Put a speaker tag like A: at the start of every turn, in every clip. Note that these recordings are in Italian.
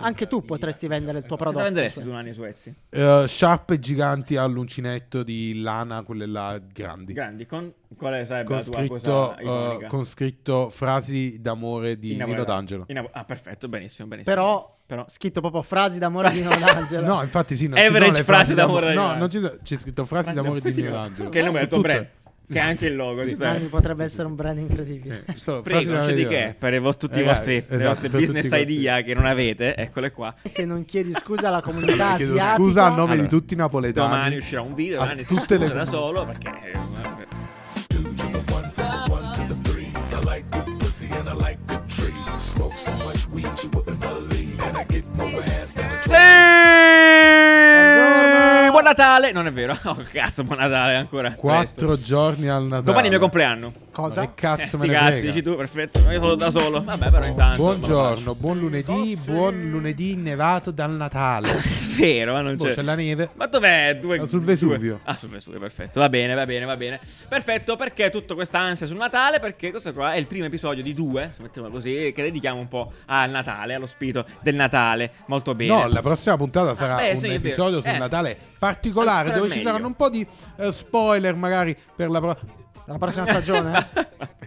A: Anche tu potresti vendere il tuo
B: Cosa
A: prodotto.
B: venderesti tu
A: sì.
B: un anno ai Suezzi?
C: Eh, sciarpe giganti all'uncinetto di lana, quelle là grandi.
B: Grandi, con quale sarebbe
C: Con
B: la tua
C: scritto,
B: cosa
C: eh,
B: iconica?
C: con scritto frasi d'amore di
B: In napoletano.
C: Nino D'Angelo.
B: In nap- ah, perfetto, benissimo, benissimo.
A: Però,
B: Però-
A: scritto proprio frasi d'amore di Nonangelo.
C: No, infatti sì, non
B: Average
C: ci sono le
B: frasi d'amore di
C: No,
B: Nino
C: non ci sono- c'è scritto frasi d'amore di Nino D'Angelo.
B: Che è il nome del tuo
C: Tutte.
B: brand, che è anche il logo,
C: Sì.
B: ci sta.
A: Nanni potrebbe essere un brand incredibile.
C: Eh, solo frasi
B: Prego, non c'è
C: d'amore
B: di
C: Nino
B: che,
C: D'Angelo.
B: eh, per i vostri,
C: Ragazzi,
B: i vostri- le
C: esatto,
B: vostre
C: per tutti
B: business
C: questi.
B: idea che non avete, eccole qua.
A: Se non chiedi scusa alla comunità
B: Eh,
C: Chiedo
A: asiatica,
C: scusa a nome
B: Allora,
C: di tutti i napoletani.
B: Domani uscirà un video,
C: a
B: domani si
C: tutte le
B: scusa da solo perché... eh, Eh, Buon Natale! Non è vero. Oh, cazzo, buon Natale ancora. presto.
C: Quattro giorni al Natale.
B: Domani è il mio compleanno.
C: Che
A: Cosa?
B: Eh,
C: cazzo
B: sti
C: me ne
B: cazzi,
C: frega.
B: dici tu, perfetto. Io sono da solo. Vabbè, però intanto.
C: Buongiorno, buon lunedì, buon lunedì innevato dal Natale.
B: È vero, ma non
C: Boh,
B: c'è.
C: c'è la neve.
B: Ma dov'è? Due,
C: Ah, sul
B: due-
C: Vesuvio.
B: Ah, sul Vesuvio, perfetto. Va bene, va bene, va bene. Perfetto, perché tutta questa ansia sul Natale? Perché questo qua è il primo episodio di due, se mettiamo così, che dedichiamo un po' al Natale, allo spirito del Natale. Molto bene.
C: No, la prossima puntata sarà
B: Ah, beh,
C: un
B: sì, è vero.
C: episodio sul
B: Eh.
C: Natale particolare
B: Ancora
C: dove ci
B: meglio.
C: saranno un po' di eh, spoiler magari per la pro-
A: La prossima stagione?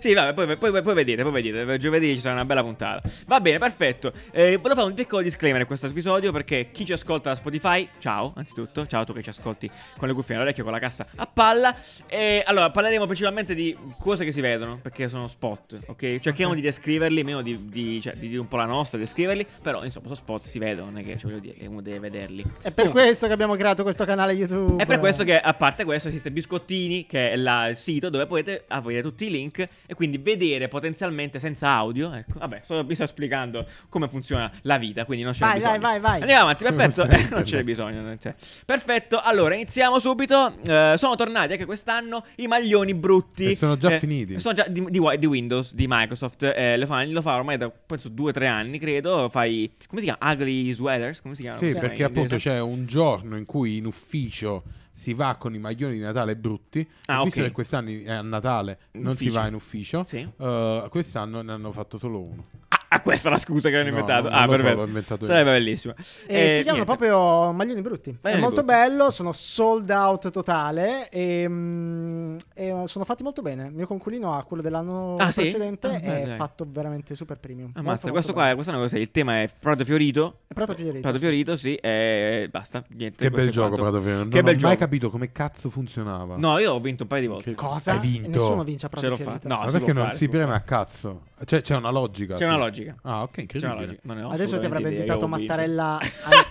B: sì, vabbè, poi, poi, poi vedete, poi vedete, per giovedì ci sarà una bella puntata. Va bene, perfetto. Eh, volevo fare un piccolo disclaimer in questo episodio perché chi ci ascolta da Spotify, ciao, anzitutto, ciao tu che ci ascolti con le cuffie all'orecchio, con la cassa a palla. E allora, parleremo principalmente di cose che si vedono, perché sono spot, ok? Cerchiamo di descriverli, meno di, di- cioè, di dire un po' la nostra, descriverli, però insomma, sono spot, si vedono, non è che cioè, voglio dire, uno deve vederli.
A: È per
B: Comunque,
A: questo che abbiamo creato questo canale YouTube.
B: è per questo che, a parte questo, esiste Biscottini, che è la- il sito dove potete avere tutti i link e quindi vedere potenzialmente senza audio. Ecco, vabbè, solo vi sto spiegando come funziona la vita, quindi non c'è
A: Vai,
B: bisogno.
A: vai, vai, vai.
B: Andiamo avanti,
C: Come
B: perfetto.
C: funziona
B: Eh, non c'è
C: internet.
B: bisogno. non c'è. Perfetto, allora iniziamo subito. Eh, sono tornati anche quest'anno i maglioni brutti.
C: E sono già
B: Eh,
C: finiti.
B: Sono già di, di Wi- di Windows, di Microsoft. eh, lo, fa, lo fa ormai da penso 2-3 anni, credo. Fai. Come si chiama? Ugly Sweaters? Come si chiama? Come
C: Sì,
B: si chiama
C: perché
B: Ah, in inglese?
C: appunto c'è un giorno in cui in ufficio si va con i maglioni di Natale brutti.
B: Ah,
C: e visto
B: ok.
C: che quest'anno è a Natale non si
B: Ufficio.
C: va in ufficio,
B: Sì.
C: eh, quest'anno ne hanno fatto solo uno.
B: Ah, ah, questa è la scusa che hanno
C: No,
B: inventato.
C: non
B: ah,
C: lo so,
B: perfetto.
C: l'ho inventato io.
B: Sarebbe bellissimo.
A: E
B: Eh,
A: si
B: niente.
A: chiamano proprio Maglioni Brutti.
B: Maglioni
A: è molto
B: Brutti.
A: bello, sono sold out totale e, mm, e sono fatti molto bene. Il mio conculino a quello dell'anno
B: Ah, sì?
A: precedente
B: Ah, beh,
A: è
B: dai.
A: fatto veramente super premium.
B: Ammazza,
A: Molto,
B: questo
A: molto
B: qua
A: bello.
B: è, questa è una cosa. Il tema è Prato Fiorito.
A: È Prato Fiorito,
B: Prato
A: sì.
B: Fiorito, sì. E basta. Niente.
C: Che
B: questo
C: bel
B: è
C: gioco,
B: quanto.
C: Prato Fiorentino.
B: Che
C: Non
B: bel
C: ho mai
B: gioco.
C: capito come cazzo funzionava.
B: No, io ho vinto un paio di volte.
C: Che-
A: Cosa?
C: Hai vinto.
A: E nessuno vince a Prato
B: Ce l'ho
A: Fiorito.
B: fatta. No,
C: Ma
B: Ah, si
C: perché
B: può
C: non
B: fare,
C: si
B: si può
C: preme a
B: fare.
C: cazzo? Cioè, c'è una logica.
B: C'è
C: sì.
B: una logica.
C: Ah, ok,
B: C'è una
C: incredibile.
B: logica. Non ne ho
A: Adesso ti
B: assolutamente
A: avrebbe
B: idea,
A: invitato
B: io ho vinto.
A: Mattarella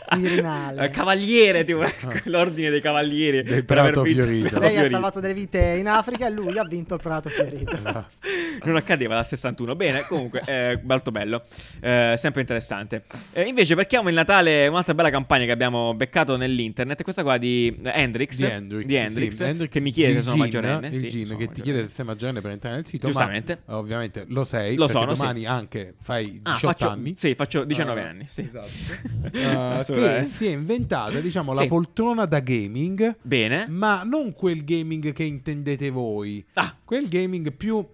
A: al Quirinale.
B: Eh, Cavaliere, tipo, ecco, l'ordine dei cavalieri.
C: Del
B: per aver
C: Prato
B: vinto il
C: Fiorito.
B: Prato
A: Lei ha
B: Fiorito.
A: salvato delle vite in Africa e lui ha vinto il Prato Fiorito.
B: non accadeva dal 61. Bene, comunque, eh, molto bello. Eh, sempre interessante. Eh, invece, perchiamo il Natale, un'altra bella campagna che abbiamo beccato nell'internet. È questa qua di eh, Hendrix.
C: Di Hendrix,
B: Di Hendrix,
C: sì. Hendrix,
B: che mi chiede se
C: il
B: sono
C: gin,
B: maggiorenne.
C: Il
B: sì,
C: gin
B: sono
C: che ti chiede se
B: maggiorenne.
C: sei maggiorenne per entrare nel sito.
B: Giustamente.
C: Ma, ovviamente lo sei.
B: Lo
C: perché
B: sono, sì.
C: Domani anche fai 18
B: Ah, faccio,
C: anni.
B: Sì, faccio 19
C: Ah,
B: anni. Sì.
C: Eh, che
B: Assolutamente.
C: si è inventata, diciamo, la
B: Sì. Eh?
C: poltrona da gaming,
B: Bene.
C: ma non quel gaming che intendete voi,
B: Ah,
C: quel gaming più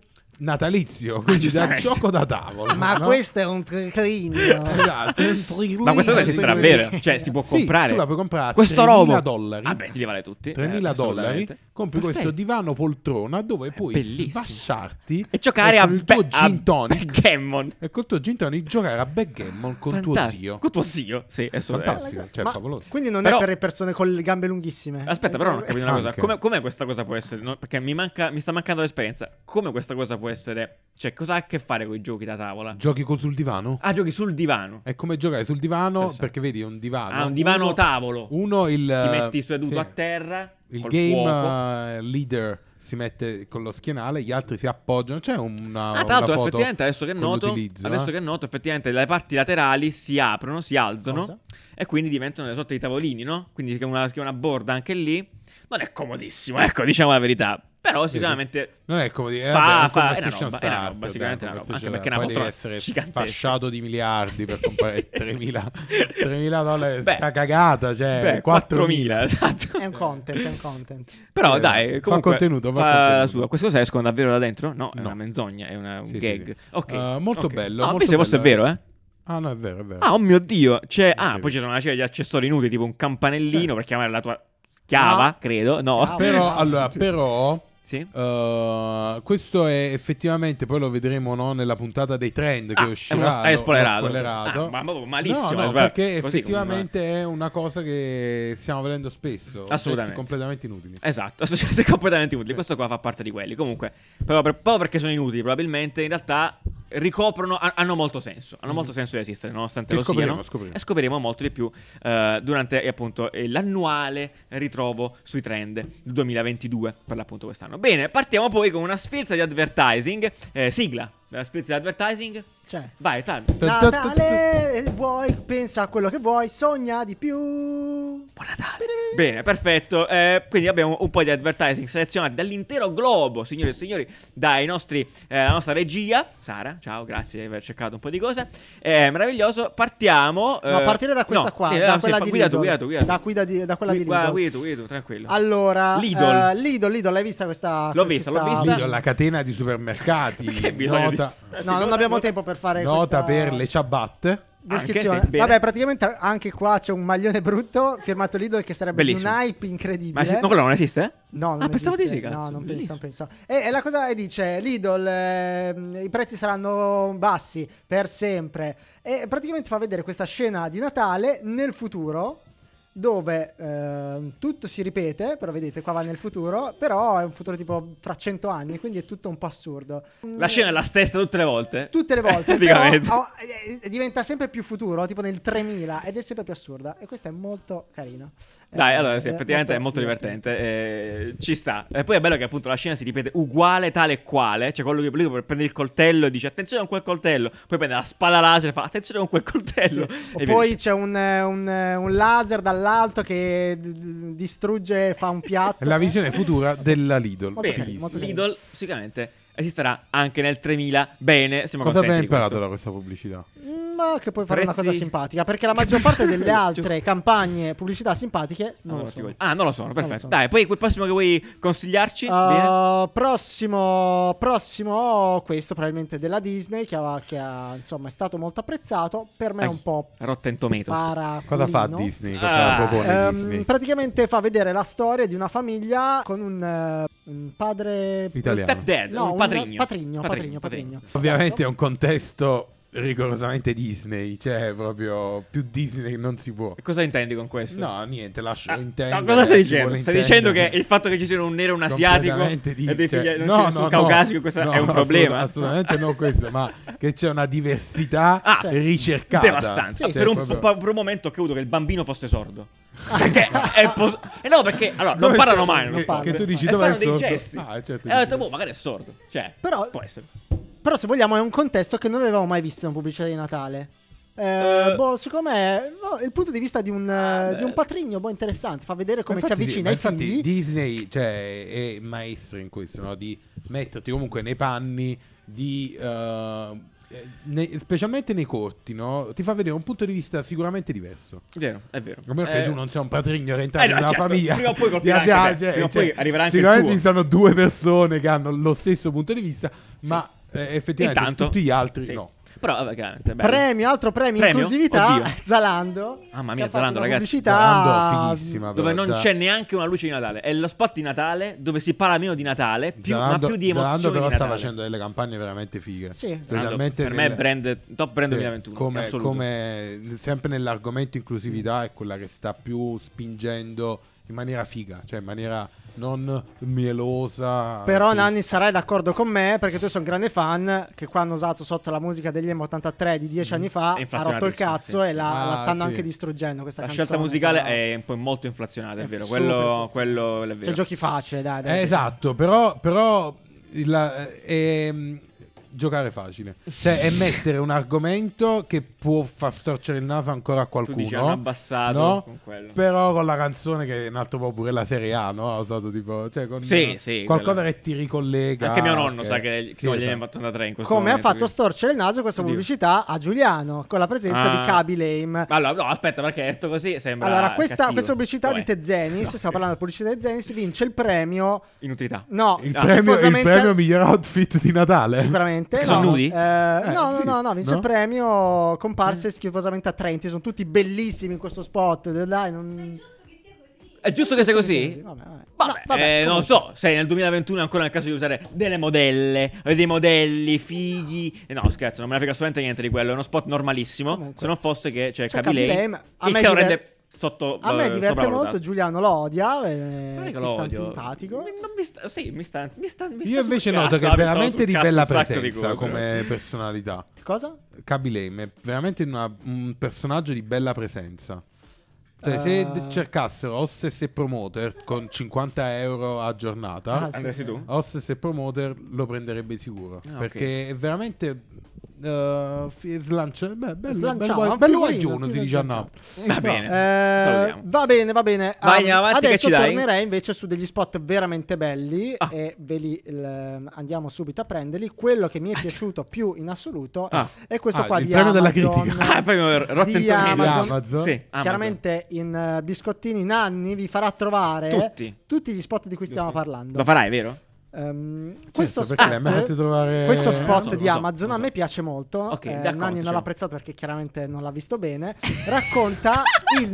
C: natalizio, quindi da
B: giustamente.
C: gioco da tavola.
A: Ma
C: no?
A: questo è un triclinio.
C: Esatto, è un triclinio.
B: ma questa cosa esiste davvero. Cioè, si può
C: Sì,
B: comprare.
C: tu la puoi comprare a
B: Questo
C: 3.000
B: robo.
C: dollari.
B: Vabbè, li vale tutti. eh,
C: 3.000 dollari,
B: assolutamente.
C: compri questo
B: Perfetto.
C: divano poltrona dove puoi
B: bellissimo.
C: sbasciarti
B: E giocare a,
C: con il tuo
B: Be- a
C: gin tonic
B: Backgammon.
C: e col tuo gin tonic giocare a backgammon con tuo
B: Fantastico.
C: zio.
B: Con tuo zio, sì, è solo-
C: Fantastico, cioè
A: Ma
C: favoloso.
A: Quindi non
B: Però-
A: è per le persone con le gambe lunghissime.
B: Aspetta, però non ho capito una cosa.
C: Anche.
B: Come, come questa cosa può essere? no? Perché mi, manca, mi sta mancando l'esperienza. Come questa cosa può essere? Cioè, cosa ha a che fare con i giochi da tavola?
C: Giochi co- sul divano?
B: Ah, giochi sul divano.
C: È come giocare sul divano
B: Interessante.
C: perché vedi è un divano.
B: Ah, un divano
C: uno-
B: tavolo.
C: Uno il
B: Ti metti seduto
C: sì,
B: a terra.
C: Il
B: col
C: game
B: fuoco.
C: eh, leader si mette con lo schienale, gli altri si appoggiano. C'è una
B: Ah,
C: una
B: tra l'altro,
C: foto
B: effettivamente, adesso che è
C: con
B: noto,
C: l'utilizzo,
B: adesso
C: eh.
B: che è noto, effettivamente le parti laterali si aprono, si alzano
A: Cosa?
B: e quindi diventano delle sorte di tavolini, no? Quindi che una, che una borda anche lì. Non è comodissimo, ecco, diciamo la verità. Però sicuramente
C: Non è come dire, eh,
B: Fa-
C: vabbè,
B: fa- è
C: un
B: una
C: conversation
B: roba, è una
C: starter,
B: roba, sicuramente
C: dai,
B: è una roba,
C: conversation-
B: anche perché è una
C: poi devi
B: poltrona
C: essere
B: gigantesca.
C: fasciato di miliardi per comprare 3.000, 3.000 dollari,
B: Beh,
C: sta cagata, cioè
B: Beh,
C: 4.000.
B: 4.000, esatto.
A: È un content, è un content.
B: Però
C: Eh,
B: dai,
C: fa
B: comunque,
C: contenuto, fa
B: fa
C: contenuto.
B: la sua. Queste cose escono davvero da dentro? No, è
C: No.
B: una menzogna, è una un
C: Sì, sì,
B: gag.
C: sì.
B: Ok.
C: Eh, molto
B: ok.
C: bello,
B: Ah,
C: molto
B: invece questo è
C: bello.
B: vero, eh?
C: Ah, no, è vero, è vero.
B: Ah, oh mio dio! C'è... Ah,
C: Ok.
B: poi ci sono una serie di accessori inutili, tipo un campanellino per chiamare la tua schiava,
A: No.
B: credo. No.
A: Schiava.
C: Però,
A: Ah,
C: allora,
A: sì.
C: però...
B: Sì.
C: eh, questo è effettivamente, poi lo vedremo no, nella puntata dei trend che
B: Ah,
C: uscirà.
B: è uno- hai
C: l'ho- l'ho
B: spoilerato.
C: spoilerato.
B: Ah, ma proprio malissimo,
C: No,
B: hai
C: no,
B: spoilerato.
C: perché
B: Così, eh.
C: effettivamente è una cosa che stiamo vedendo spesso. oggetti
B: Assolutamente.
C: Completamente inutili.
B: Esatto, associate completamente inutili.
C: Sì.
B: Questo qua fa parte di quelli. Comunque, però per- proprio perché sono inutili, probabilmente in realtà ricoprono, ha- hanno molto senso. Hanno
C: Mhm.
B: molto senso di esistere, nonostante
C: Che
B: lo
C: scopriremo,
B: siano.
C: scopriremo.
B: E scopriremo molto di più eh, durante eh, appunto eh, l'annuale ritrovo sui trend del 2022 per l'appunto quest'anno. Bene, partiamo poi con una sfilza di advertising. Eh, sigla, la sfilza di advertising.
A: Cioè,
B: Vai, Fran.
A: Natale, vuoi, pensa a quello che vuoi, sogna di più. Buon Natale.
B: Bene, perfetto. Eh, quindi abbiamo un po' di advertising selezionati dall'intero globo, signore e signori, dai nostri, eh, la nostra regia. Sara, ciao, grazie di aver cercato un po' di cose. Eh, meraviglioso, partiamo.
A: No, a
B: eh,
A: partire da questa
B: no,
A: qua,
B: eh,
A: da
B: sì,
A: quella
B: fa-
A: di
B: guida tu,
A: Lidl.
B: guida tu, guida tu.
A: Da guida di- da quella di
B: Gui- guarda,
A: Lidl.
B: Guida tu, guida tu, tranquillo.
A: Allora,
B: Lidl.
A: eh, Lidl, Lidl, l'hai vista questa?
B: L'ho vista, l'ho
A: questa-
B: vista.
C: Lidl, la catena di supermercati.
B: Perché bisogna
C: nota
B: di-
A: No, non abbiamo tempo per fare questa
C: nota per le ciabatte.
A: descrizione.
B: Anche se- bene.
A: Vabbè, praticamente anche qua c'è un maglione brutto firmato Lidl che sarebbe di
B: Bellissimo.
A: un hype incredibile.
B: Ma sì- no, quello non esiste? eh?
A: No, non
B: ah, pensavo di
A: esiste.
B: sì, cazzo.
A: No, non penso,
B: Bellissimo.
A: non penso. E, e la cosa è, dice, Lidl, ehm, i prezzi saranno bassi per sempre. E praticamente fa vedere questa scena di Natale nel futuro, dove ehm, tutto si ripete, però vedete, qua va nel futuro, però è un futuro tipo fra 100 anni, quindi è tutto un po' assurdo.
B: La scena è la stessa tutte le volte.
A: Tutte le volte, però,
B: Praticamente.
A: oh, eh, eh, diventa sempre più futuro, tipo nel 3000, ed è sempre più assurda. E questa è molto carina.
B: Dai,
A: Eh,
B: allora sì, effettivamente è molto divertente. eh, ci sta. E poi è bello che appunto la scena si ripete uguale, tale e quale. Cioè, quello che lui prende il coltello e dice attenzione con quel coltello. Poi prende la spada laser e fa attenzione con quel coltello.
A: Sì.
B: E
A: O
B: via
A: poi
B: dicendo.
A: c'è un, eh, un, eh, un laser dall'alto che d- d- distrugge, fa un piatto.
C: È la visione futura della Lidl.
A: Molto
B: Bene,
A: carino, molto
C: Fighissimo.
A: carino.
B: Lidl sicuramente esisterà anche nel 3000. Bene, siamo
C: Cosa abbiamo
B: contenti. di
C: imparato
B: questo.
C: da questa pubblicità?
A: Mm, Ma che puoi fare una
B: Prezzi-
A: cosa simpatica, perché la maggior parte delle altre campagne pubblicità simpatiche
B: Ah, non
A: non lo
B: ti
A: sono.
B: voglio- Ah, non lo sono,
A: Non lo
B: perfetto.
A: sono.
B: Dai, poi quel prossimo che vuoi consigliarci? Bene.
A: Uh, prossimo, prossimo, questo probabilmente della Disney che, ha, che ha, insomma, è stato molto apprezzato. Per me è un po'
B: Rotten Tomatoes.
A: para.
C: Cosa fa
A: culino.
C: Disney? Cosa
B: Ah.
C: propone
A: Ehm,
C: Disney?
A: praticamente fa vedere la storia di una famiglia con un, eh, un padre
C: Italiano.
B: Stepdad,
A: No,
B: un
A: un
B: patrigno.
A: patrigno, patrigno, patrigno.
C: Ovviamente è un contesto rigorosamente Disney, cioè proprio più Disney che non si può.
B: Cosa intendi con questo?
C: No, niente, lascio
B: Ah,
C: intendere.
B: no, cosa stai
C: chi
B: dicendo?
C: vuole
B: Stai dicendo che
C: intendere.
B: il fatto che ci siano un nero e un asiatico
C: Completamente di-
B: e dei
C: cioè,
B: figli- non
C: no,
B: ci sono
C: no,
B: un caucasico,
C: no,
B: questo
C: no,
B: è un
C: assolut-
B: problema.
C: Assolutamente non questo, ma che c'è una diversità
B: Ah,
A: cioè,
C: ricercata. Cioè,
B: Devastante.
A: Sì, sì,
B: per, un,
A: sì,
C: proprio-
B: po- per un momento ho creduto che il bambino fosse sordo. Perché è pos- eh no, perché allora, non
C: Dove
B: parlano
C: stai-
B: mai. non
C: che-
B: parlano.
A: che tu
C: dici,
B: e
C: dov'è
B: fanno
C: il
B: dei
C: sordo?
B: gesti.
C: Ah, certo,
B: e ho detto,
C: dici.
B: boh, magari è sordo. Cioè,
A: Però-
B: può essere.
A: Esatto. Però se vogliamo è un contesto che non avevamo mai visto in pubblicità di Natale. Eh,
B: Eh.
A: boh, secondo me no, il punto di vista di un, eh,
B: Ah,
A: di un
B: beh.
A: patrigno boh, interessante, fa vedere come si
C: Infatti sì,
A: avvicina ai
C: ma infatti
A: figli.
C: Disney cioè, è maestro in questo, no? di metterti comunque nei panni di... eh, ne- specialmente nei corti, no? ti fa vedere un punto di vista sicuramente diverso.
B: Vero, è vero.
C: A meno che
B: Eh,
C: tu non sei un patrigno orientato
B: eh no,
C: in una
B: certo,
C: famiglia
B: prima o poi
C: di
B: colpirà
C: Asia,
B: anche te,
C: cioè,
B: prima o
C: cioè,
B: poi arriverà anche il
C: sicuramente
B: tuo.
C: ci sono due persone che hanno lo stesso punto di vista, ma eh, effettivamente
B: Intanto,
C: tutti gli altri
B: sì.
C: no.
B: Però, vabbè, chiaramente, è bello.
A: Premio, altro premio,
B: Premio?
A: inclusività,
B: Oddio.
A: Zalando.
B: Mamma
A: che
B: mia,
A: ha fatto
B: Zalando,
A: una
B: ragazzi,
A: Pubblicità
C: Zalando, fighissima,
B: dove
C: però,
B: non
C: da-
B: c'è neanche una luce di Natale. È lo spot di Natale dove si parla meno di Natale, più, ma
C: Zalando-
B: più di emozioni
C: Zalando però
B: di
C: sta
B: Natale.
C: facendo delle campagne veramente fighe.
A: Sì. Zalando,
C: Specialmente
B: per me è
C: nel-
B: brand, top brand
C: Sì,
B: 2021.
C: Come,
B: assoluto.
C: come sempre nell'argomento inclusività è quella che sta più spingendo in maniera figa, cioè in maniera non mielosa.
A: Però
C: Sì.
A: Nanni sarai d'accordo con me perché tu sei un grande fan che qua hanno usato sotto la musica degli M83 di dieci
B: Mm.
A: anni fa,
B: È
A: ha rotto il cazzo
B: inflazionatissimo,
A: e la,
C: Ah,
A: la stanno
C: sì.
A: anche distruggendo questa
B: La
A: canzone.
B: scelta musicale
A: però-
B: è un po' molto inflazionata, è
A: È
B: vero.
A: super
B: Quello,
A: inflazionata.
B: quello è
A: Cioè
B: vero.
A: giochi facile, dai.
C: Eh,
A: dai.
C: esatto, però, però il- ehm, giocare facile. Cioè, è mettere un argomento che può far storcere il naso ancora a
B: tu
C: qualcuno.
B: dici hanno abbassato
C: no?
B: con quello.
C: Però con la canzone che è un altro po' pure la serie A, no? Ha usato tipo... Cioè, con
B: Sì, sì,
C: qualcosa
B: quella.
C: che ti ricollega.
A: Ah,
B: Anche mio nonno
C: che-
B: sa che
C: Sì,
B: sono gli
C: esatto.
B: M83 in questo
A: Come ha
B: momento,
A: fatto
B: quindi-
A: storcere il naso questa
B: Oddio.
A: pubblicità a Giuliano con la presenza
B: Ah.
A: di Cabi Lame.
B: Allora, no, aspetta, perché detto così sembra
A: Allora, questa,
B: cattivo.
A: questa pubblicità
B: Lo
A: di
B: è.
A: Tezenis,
B: No,
A: stiamo parlando di pubblicità di Tezenis, vince il premio.
B: Inutilità.
A: No,
C: Il,
A: ah,
C: premio, il
A: tifosamente-
C: premio miglior outfit di Natale.
A: assolutamente.
B: Perché sono
A: no.
B: nudi?
A: Eh,
C: Eh,
A: no, no,
C: sì.
A: no, no, vince il
C: No?
A: premio
B: Eh.
A: comparse schifosamente attraenti, sono tutti bellissimi in questo spot. Dai, non...
B: È giusto che sia così?
A: Vabbè, vabbè.
B: Vabbè,
A: No, vabbè,
B: eh, non lo
A: comunque.
B: so se nel 2021 è ancora nel caso di usare delle modelle, eh, dei modelli fighi. Eh, no, scherzo, non me ne frega assolutamente niente di quello. È uno spot normalissimo.
A: Comunque.
B: Se non fosse che c'è
A: C'è
B: Kaby
A: Kaby
B: Lane,
A: Lane, cioè,
B: Cioè,
A: a
B: il
A: me
B: che lo
A: diver-
B: rende sotto.
A: A me
B: eh,
A: diverte
B: sopravvalutato.
A: molto, Giuliano lo odia, eh,
B: Non è
A: ti
B: che
A: sta
B: lo odio.
A: antipatico.
B: Mi- non mi sta, sì, mi sta, mi sta, mi sta
C: Io
B: sul
C: invece
B: cazzo,
C: noto che
B: ah,
C: è
B: mi stava
C: veramente
B: sul
C: di
B: cazzo
C: bella
B: un sacco di
C: presenza
B: cose.
C: come personalità.
A: Cosa?
C: Kaby Lame è veramente una- un personaggio di bella presenza. Cioè, se
A: Eh.
C: d- cercassero Hostess e Promoter con 50 euro a giornata,
A: Ah, sì.
B: Andresti tu?
C: Hostess e Promoter lo prenderebbe sicuro.
B: Ah, ok.
C: perché è veramente. eh, fi- slancia- beh, bello,
A: Slanciamo,
C: bello-
A: anche
C: bello
A: lui,
C: guaglione,
A: non ti
C: si dice a
A: slanciamo.
C: Napoli. certo,
B: Va bene.
A: Eh,
B: salutiamo.
A: va bene, va bene.
B: Vai,
A: Um,
B: andiamo avanti, che
A: adesso
B: ci dai?
A: tornerei invece su degli spot veramente belli
B: Ah.
A: e ve li il- andiamo subito a prenderli. Quello che mi è piaciuto più in assoluto
B: Eh Ah.
A: è questo
C: Ah,
A: qua
C: il
A: di
C: premio della
A: Amazon.
C: critica.
B: Ah, poi Rotten
A: di
B: Tomatoes.
A: Amazon.
C: Amazon.
B: Sì, Amazon.
A: Chiaramente in eh, biscottini Nanni vi farà trovare
B: Tutti.
A: tutti gli spot di cui stiamo parlando.
B: Lo farai, vero?
A: Ehm, questo
C: Certo, perché mi
A: spot,
C: avete trovare- Eh,
A: questo
B: Eh,
A: spot
B: lo so,
A: di
B: lo so,
A: Amazon
B: lo
A: a
B: so.
A: me piace molto.
B: Ok,
A: Eh,
B: d'accordo,
A: Nanni non
B: cioè.
A: l'ha apprezzato perché chiaramente non l'ha visto bene. Racconta il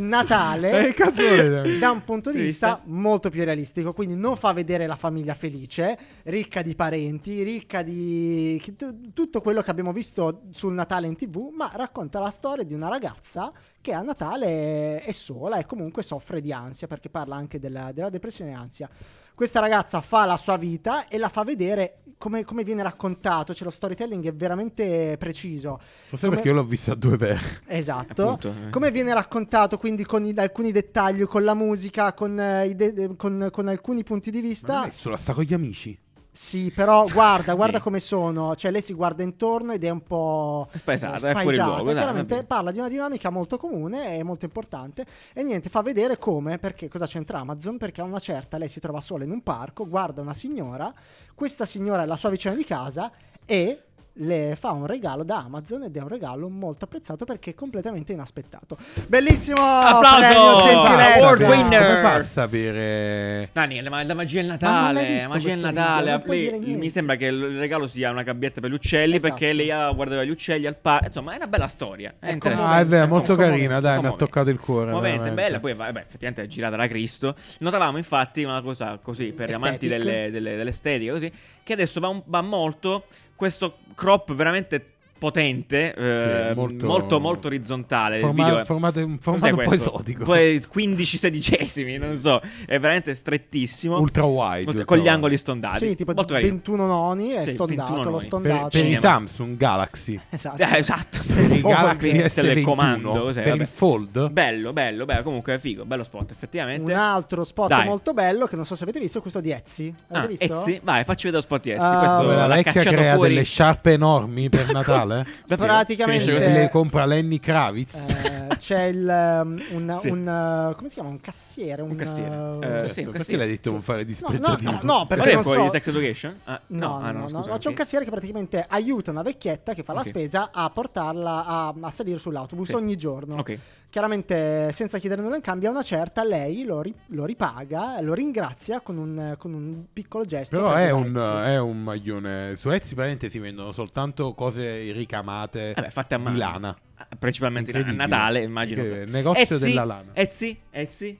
B: Ecco.
A: Natale
C: Eh, cazzo volete?
A: da un punto di
B: Triste.
A: vista molto più realistico. Quindi non fa vedere la famiglia felice, ricca di parenti, ricca di chi- tu- tutto quello che abbiamo visto sul Natale in tv, ma racconta la storia di una ragazza che a Natale è sola e comunque soffre di ansia perché parla anche della, della depressione e ansia. Questa ragazza fa la sua vita e la fa vedere come, come viene raccontato, cioè lo storytelling è veramente preciso.
C: Forse
A: Come-
C: perché io l'ho visto a due per.
A: Esatto.
B: Appunto, eh.
A: Come viene raccontato quindi con i- alcuni dettagli, con la musica, con, eh, i de- con- con alcuni punti di
C: Ma
A: vista.
C: non è solo, sta con gli amici.
A: Sì, però guarda, guarda
B: Sì.
A: come sono. Cioè lei si guarda intorno ed è un po'...
B: Spaesata,
A: eh,
B: è fuori luogo, dai,
A: Chiaramente
B: vabbè.
A: parla di una dinamica molto comune e molto importante. E niente, fa vedere come, perché cosa c'entra Amazon? Perché a una certa lei si trova sola in un parco, guarda una signora, questa signora è la sua vicina di casa e le fa un regalo da Amazon ed è un regalo molto apprezzato perché è completamente inaspettato. Bellissimo!
B: Applauso!
A: Premio Gentilezza!
B: Award winner!
C: Come fa a sapere?
B: Nani, la, la magia del
A: Ma non
B: Natale,
A: l'hai visto
B: la magia del
A: questo
B: Natale.
A: video? Non puoi
B: Lei-
A: dire niente.
B: mi sembra che il regalo sia una gabbietta per gli uccelli
A: Esatto.
B: perché lei ha- guardava gli uccelli al parco. Insomma, è una bella storia. È
A: È
B: interessante.
C: Ah, è vero,
A: Commovente,
C: molto
A: commovente,
C: carina, dai, mi ha
B: commovente.
C: toccato il cuore.
B: Commovente,
C: veramente.
B: bella. Poi, vabbè, effettivamente è girata da Cristo. Notavamo, infatti, una cosa così per gli
A: Aesthetic.
B: amanti delle, delle, dell'estetica, così, che adesso va, un- va molto questo crop veramente potente, eh,
C: Sì,
B: molto,
C: molto-
B: molto, orizzontale. Il
C: Forma-
B: video è-
C: formate- un
B: cos'è
C: formato un po'
B: questo?
C: esotico.
B: Poi 15 sedicesimi, non so, è veramente strettissimo.
C: ultra wide.
B: Molto-
C: ultra
B: con gli
C: wide.
B: angoli stondati.
A: Sì, tipo
B: Molto carino.
A: 21 noni, è
B: Sì,
A: stondato,
B: 21
A: lo
B: noni.
A: stondato.
C: Per, per i
B: Cinema.
C: Samsung Galaxy.
A: Esatto.
B: Eh, esatto.
A: Per il
C: I Galaxy
B: Per il
C: S21,
B: telecomando, cos'è,
C: per
B: vabbè.
C: il Fold.
B: Bello, bello, bello. Comunque, figo, bello spot, effettivamente.
A: Un altro spot
B: Dai.
A: molto bello che non so se avete visto è questo di Etsy.
B: Ah,
A: Avete visto?
B: Ezzi, vai, facci vedere lo spot di Ezzi.
A: Ah,
B: Questo
C: Dove la
B: l'ha
C: vecchia
B: cacciato
C: crea
B: fuori.
C: delle sciarpe enormi per Natale.
B: Davvero?
A: Praticamente-
B: Finisce
C: Se
B: così?
C: le compra Lenny Kravitz.
A: Eh, c'è il um, un,
B: Sì.
A: un, uh, come si chiama? Un cassiere, un,
B: Un cassiere.
A: uh,
B: Eh,
C: Certo,
B: sì, così.
C: perché l'hai detto non fare
A: No,
C: disprezzo
A: no,
C: di
A: no, no,
B: Ma
A: perché
B: lei è
A: non
B: quello
A: so.
B: di Sex Education? Ah,
A: No,
B: ah,
A: no, no,
B: scusa,
A: no, c'è un
B: ok.
A: cassiere che praticamente aiuta una vecchietta che fa
B: Ok.
A: la spesa a portarla a, a salire sull'autobus
B: Sì.
A: ogni giorno.
B: Ok.
A: Chiaramente senza chiedere nulla in cambio, a una certa lei lo, ri- lo ripaga, lo ringrazia con un, con un piccolo gesto.
C: Però
A: preso
C: è
A: da
C: un, eh,
A: Etsy.
C: è un maglione. Su Etsy praticamente si vendono soltanto cose ricamate
B: Vabbè, fatte a mano.
C: di lana.
B: Ah, Principalmente a
C: Incredibile.
B: Natale, immagino.
C: Incredibile. Negozio
B: Etsy,
C: della lana.
B: Etsy, Etsy.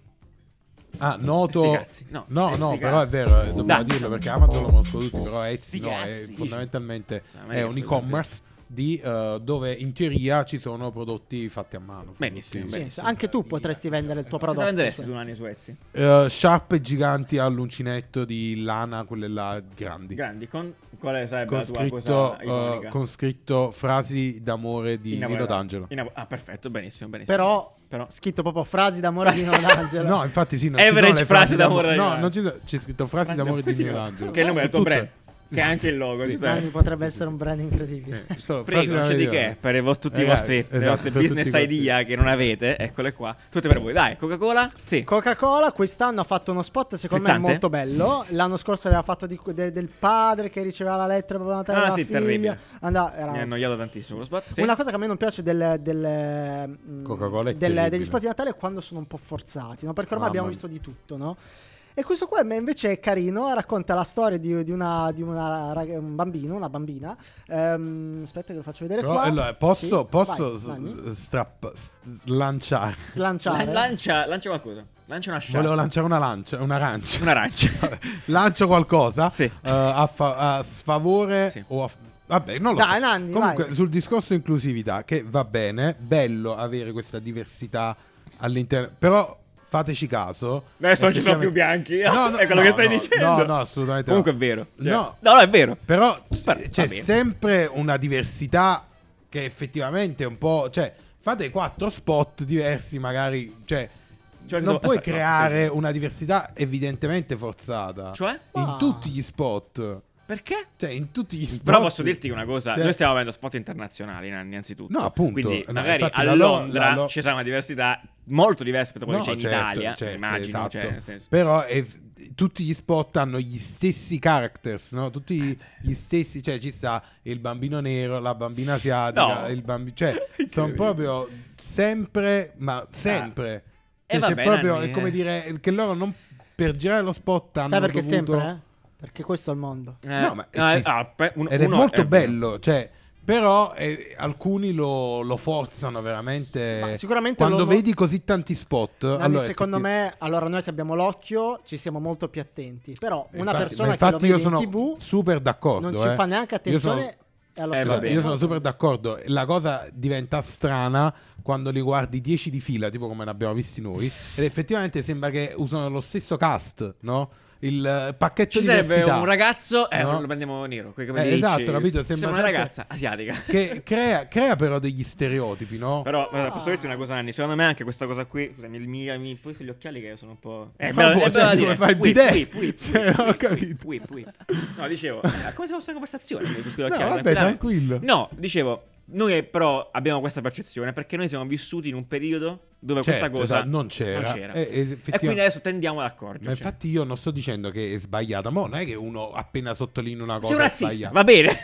C: Ah,
B: Sti
C: noto.
B: cazzi, no,
C: no,
B: eh,
C: no,
B: sti
C: però è
B: cazzi.
C: vero, eh, dobbiamo
B: Dai.
C: dirlo perché Amazon lo conosco tutti, però Etsy
B: Sti
C: no,
B: cazzi,
C: è
B: dici.
C: fondamentalmente
B: Sì, ma
C: è
B: che
C: un
B: sto
C: e-commerce di, eh, dove in teoria ci sono prodotti fatti a mano.
B: Benissimo,
C: prodotti-
A: Sì,
B: benissimo.
A: anche tu potresti vendere il tuo
B: Cosa
A: prodotto.
B: venderesti tu
A: sì.
B: un anno su Etsy?
C: Eh, sciarpe giganti all'uncinetto di lana, quelle là grandi.
B: Grandi, con quale sarebbe
C: Con
B: la tua
C: scritto,
B: cosa
C: eh,
B: iconica?
C: con scritto frasi d'amore di
B: In
C: Nino
B: napoletano.
C: D'Angelo.
B: In nap- ah, perfetto, benissimo, benissimo.
A: Però,
B: Però-
A: scritto proprio frasi d'amore di Nolangelo.
C: No, infatti sì, non
B: Average
C: ci sono le
B: frasi d'amore di
C: No,
B: Nino
C: non ci sono- c'è scritto frasi d'amore di Nino D'Angelo.
B: Che è il nome del tuo
C: Tutte.
B: brand. Che è anche il logo.
C: Sì,
B: di
A: Nanni Eh, potrebbe essere un brand incredibile.
C: Eh, solo frasi
B: Prego, non c'è
C: d'amore
B: di
C: Nino
B: che per i vostri- tutti i
C: Ragazzi,
B: vostri le
C: esatto,
B: vostre
C: per
B: business
C: tutti questi.
B: idea che non avete, eccole qua. Tutte per voi. Dai, Coca-Cola? Sì.
A: Coca-Cola quest'anno ha fatto uno spot secondo me
B: Frizzante?
A: molto bello. L'anno scorso aveva fatto di- de- del padre che riceveva la lettera per Natale
B: Ah,
A: dalla
B: sì,
A: figlia.
B: terribile.
A: Andava- era-
B: Mi ha annoiato tantissimo lo spot. Sì.
A: Una cosa che a me non piace del, del, mm,
C: Coca-Cola è
A: del-
C: terribile.
A: degli spot di Natale è quando sono un po' forzati, no? perché ormai
C: Mamma
A: abbiamo
C: mia.
A: visto di tutto, no? E questo qua me- invece è carino, racconta la storia di, di una, di una rag- un bambino, una bambina. Ehm, aspetta che lo faccio vedere
C: Però,
A: qua.
C: allora, posso,
A: Sì,
C: posso
A: vai,
C: s-
A: Nanni.
C: strapp- s- lanciare?
A: slanciare?
B: Lan- lancia, lancia qualcosa. Lancia una sciarpa.
C: Volevo lanciare una lancia, un'arancia.
B: Un'arancia.
C: Lancio qualcosa
B: Sì.
C: eh, a, fa- a sfavore
B: Sì.
C: o a f- Vabbè, non lo
A: Dai,
C: so.
A: Nanni,
C: Comunque,
A: vai.
C: sul discorso inclusività, che va bene, bello avere questa diversità all'interno, però fateci caso.
B: Adesso non ci sono
C: effettivamente-
B: più bianchi. è quello che stai
C: no,
B: dicendo.
C: No, no, assolutamente.
B: Comunque
C: no.
B: è vero. Cioè,
C: No.
B: no. no, è vero.
C: Però
B: Però,
C: c- c'è
B: va bene.
C: sempre una diversità che effettivamente è un po'. Cioè, fate quattro spot diversi, magari. Cioè,
B: Cioè,
C: non
B: so-
C: puoi
B: aspetta,
C: creare
B: sì.
C: una diversità evidentemente forzata.
B: Cioè?
C: In
A: Ah.
C: tutti gli spot.
B: Perché?
C: Cioè, in tutti gli spot.
B: Però posso dirti una cosa,
C: Cioè,
B: noi stiamo avendo spot internazionali innanzi- innanzitutto.
C: No, appunto.
B: Quindi
C: No,
B: magari
C: infatti
B: a
C: la lo-
B: Londra
C: la lo-
B: ci sarà una diversità molto diversa da quello
C: no,
B: che c'è
C: certo,
B: in Italia,
C: certo,
B: immagino.
C: esatto.
B: cioè, nel senso.
C: Però è- tutti gli spot hanno gli stessi characters, no? Tutti gli stessi, cioè ci sta il bambino nero, la bambina asiatica,
B: No.
C: il bambino... Cioè, sono
B: Incredibile.
C: proprio sempre, ma sempre...
B: Ah. Eh,
C: Cioè, c'è
B: vabbè,
C: proprio,
B: Nanni,
C: è come
B: eh.
C: dire, che loro non... Per girare lo spot hanno
A: Sai perché
C: dovuto...
A: sempre? eh? Perché questo è il mondo.
B: Eh,
C: No, ma
B: no,
C: ci
B: eh,
C: sta.
B: ah, pe- un-
C: Ed è
B: uno-
C: molto
B: vero.
C: bello, cioè, però eh, alcuni lo, lo forzano veramente.
A: Ma sicuramente
C: quando
A: lo-
C: vedi così tanti spot,
A: Nanni,
C: allora,
A: secondo me, allora noi che abbiamo l'occhio ci siamo molto più attenti. Però
C: effetti-
A: una
C: infatti-
A: persona
C: ma
A: che lo
C: infatti
A: vede
C: io sono
A: in tv
C: super d'accordo,
A: non ci
C: eh.
A: fa neanche
C: Io sono-
A: attenzione. e allo
B: Eh,
A: stesso
B: va bene.
C: io
A: tempo-
C: sono super d'accordo. La cosa diventa strana quando li guardi 10 di fila, tipo come ne abbiamo visti noi. Ed effettivamente sembra che usano lo stesso cast, no? Il eh, pacchetto
B: Ci
C: di
B: serve
C: diversità.
B: un ragazzo, eh,
C: No?
B: lo prendiamo nero. quei
C: Eh,
B: capelli
C: esatto,
B: ricci.
C: capito? Sembra
B: Sembra una
C: sempre-
B: ragazza asiatica.
C: Che crea, crea però degli stereotipi, no?
B: Però guarda, posso dirti una cosa, Anni? Secondo me anche questa cosa qui. Scusami, il mio, mi- poi quegli occhiali che sono un po'. Eh,
C: Ma boh,
B: è
C: cioè,
B: da
C: come
B: dire.
C: fai il
B: Whip,
C: bidet?
B: whip, whip,
C: Cioè,
B: whip,
C: non ho
B: whip,
C: capito.
B: whip, whip. No, dicevo, eh, come se fosse una conversazione. con quegli
C: No,
B: occhiali,
C: vabbè,
B: tranquillamente.
C: tranquillo.
B: No, dicevo, noi però abbiamo questa percezione perché noi siamo vissuti in un periodo dove
C: Certo,
B: questa cosa
C: esatto, non c'era. Eh, eh,
B: E,
C: effettivamente-
B: quindi adesso tendiamo ad
C: Ma
B: accorgerci.
C: Eh, infatti io non sto dicendo che è sbagliata, ma non è che uno appena sottolinea una
B: Sei
C: cosa
B: un
C: è
B: razzista,
C: sbagliata.
B: va bene.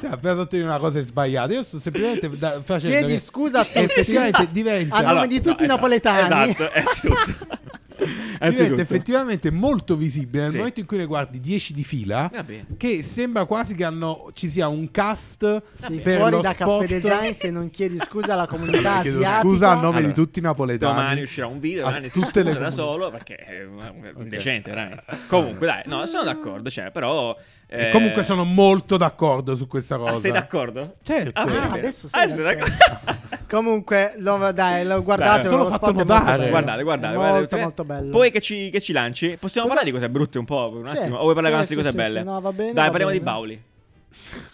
C: Cioè, appena sottolinea una cosa è sbagliata. Io sto semplicemente da- facendo
A: Chiedi
C: che
A: scusa a tutti.
C: effettivamente
A: Esatto.
C: diventa
B: Ah,
A: A nome di tutti i napoletani.
B: Esatto, anzitutto.
C: diventa
B: Anzitutto.
C: effettivamente molto visibile nel
B: Sì.
C: momento in cui ne guardi 10 di
B: Va
C: fila
B: bene.
C: che sembra quasi che hanno- ci sia un cast
A: Sì,
C: per
A: fuori
C: lo
A: da
C: spot
A: Caffè Design se non chiedi scusa alla comunità
C: Chiedo
A: asiatica.
C: scusa a nome
B: Allora,
C: di tutti i napoletani
B: Domani uscirà un
A: Ah,
B: video,
C: A
B: domani si
C: Ah, tutte le
B: scusa da
C: comuni-
B: solo perché è un- è indecente, veramente. Comunque, dai, no, sono d'accordo, cioè, però...
C: E
B: eh,
C: comunque sono molto d'accordo su questa cosa
B: Ah, sei d'accordo?
C: Certo.
B: Ah,
C: Ah,
B: bene.
A: adesso sei
B: Ah, sei d'accordo.
A: Comunque, lo- dai, lo guardate.
B: Dai,
C: solo
A: lo
C: fatto
A: spot è molto
C: notare.
A: bello.
B: Guardate, guardate,
A: È
B: guardate.
A: molto,
B: Cioè,
A: molto bello.
B: Poi che ci, che ci lanci, possiamo
A: Cosa-
B: parlare di cose brutte un po', per un
A: Sì.
B: attimo? O vuoi parlare
A: Sì,
B: di cose
A: sì,
B: belle?
A: sì, no, va bene,
B: Dai,
A: va
B: parliamo di
A: bene.
B: Bauli.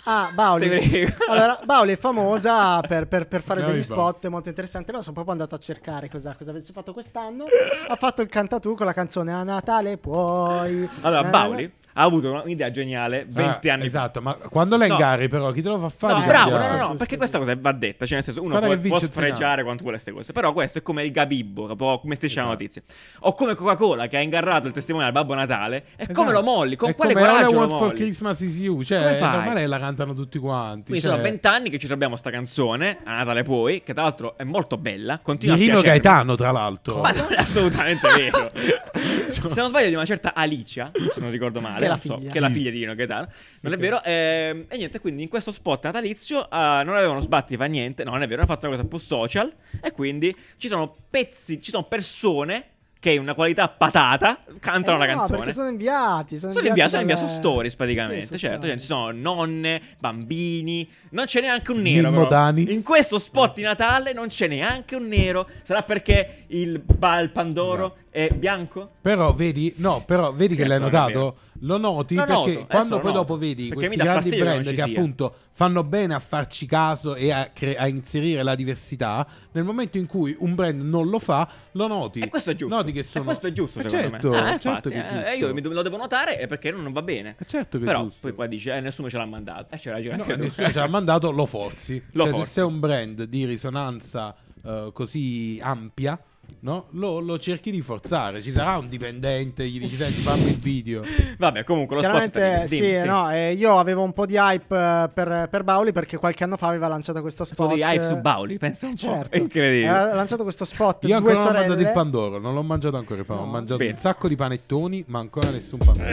A: Ah, Bauli.
B: Ti prego.
A: Allora, Bauli è famosa per, per- per fare
C: Bravi
A: degli
C: Bauli.
A: spot molto interessanti. Allora sono proprio andato a cercare cosa, cosa avesse fatto quest'anno. Ha fatto il cantatù con la canzone A Natale puoi. Eh,
B: Allora,
A: Na, na, na.
B: Bauli ha avuto una- un'idea geniale 20
C: Ah,
B: anni fa.
C: esatto ma quando la
B: No.
C: ingari però chi te lo fa fare
B: No,
C: di
B: bravo, no,
C: cambiare?
B: no, no,
A: Giusto,
B: perché
A: giusto,
B: questa cosa va detta, cioè nel senso uno
C: Spada
B: può,
C: che
B: può
C: vince il finale.
B: sfregiare quanto vuole queste cose, però questo è come il Gabibbo, che può- come striscia la
C: Esatto.
B: notizia, o come Coca-Cola che ha ingarrato il testimone al Babbo Natale, e
C: Esatto.
B: come lo molli, con
C: È
B: quale
C: come All I
B: coraggio lo
C: Want for
B: molli?
C: Christmas is You, cioè
B: Come
C: è
B: fai?
C: normale che la cantano tutti quanti.
B: Quindi
C: cioè,
B: sono vent'anni che ci abbiamo sta canzone, a Natale poi, che tra l'altro è molto bella,
C: di
B: continua a
C: Rino
B: piacermi.
C: Gaetano, tra l'altro.
B: Ma non è assolutamente vero. Se non sbaglio, di una certa Alicia, se non ricordo male,
A: Che è la
B: non so,
A: figlia.
B: che è la figlia di Rino Gaetano. Non è vero. ehm, e niente, quindi in questo spot natalizio ah, non avevano sbatti fa niente. No, non è vero, hanno fatto una cosa un po' social. E quindi ci sono pezzi, ci sono persone che in una qualità patata cantano
A: Eh
B: la
A: no,
B: canzone.
A: perché sono inviati. Sono,
B: Sono inviati, sono
A: dalle-
B: inviati su stories praticamente,
A: Sì, sì,
B: certo.
A: sì.
B: cioè, ci sono nonne, bambini, non c'è neanche un
C: Mimmo
B: nero. però.
C: Dani.
B: In questo spot di Natale non c'è neanche un nero. Sarà perché il, ba- il Pandoro
C: No.
B: è bianco?
C: Però vedi, no, però vedi che
B: Scherzo,
C: l'hai
B: non è
C: notato? Lo noti
B: Lo noto,
C: perché
B: adesso
C: quando
B: lo
C: poi
B: noto.
C: dopo vedi
B: Perché mi
C: questi
B: dà
C: grandi
B: fastidio che non
C: brand che,
B: ci sia.
C: appunto fanno bene a farci caso e a, cre- a inserire la diversità, nel momento in cui un brand non lo fa, lo noti.
B: E questo è giusto.
C: Noti che sono...
B: E questo è giusto,
C: Eh
B: secondo
C: certo,
B: me. Ah, infatti,
C: certo che è
B: eh,
C: giusto.
B: io mi do- lo devo notare eh, perché non va bene.
C: Eh, certo che è
B: Però
C: giusto.
B: poi qua dice, eh, nessuno ce l'ha mandato. Eh, c'è ragione.
C: No,
B: anche tu.
C: nessuno ci ha mandato, lo forzi.
B: Lo
C: cioè,
B: forzi.
C: se sei un brand di risonanza eh, così ampia, no? lo, lo cerchi di forzare. Ci sarà un dipendente, gli dici, senti, fammi il video.
B: Vabbè, comunque lo spot
A: Chiaramente
B: Davide,
A: sì,
B: dimmi, sì.
A: no, eh, io avevo un po' di hype eh, per, per Bauli perché qualche anno fa aveva lanciato questo
B: Un
A: spot. eh,
B: po' di hype su Bauli, pensa un po'.
A: Certo.
B: È incredibile.
A: Aveva lanciato questo spot
C: Io
A: due
C: ancora non ho mangiato il
A: sorelle.
C: pandoro, non l'ho mangiato ancora il pandoro.
A: No.
C: Ho mangiato
B: Bene.
C: un sacco di panettoni, ma ancora nessun pandoro.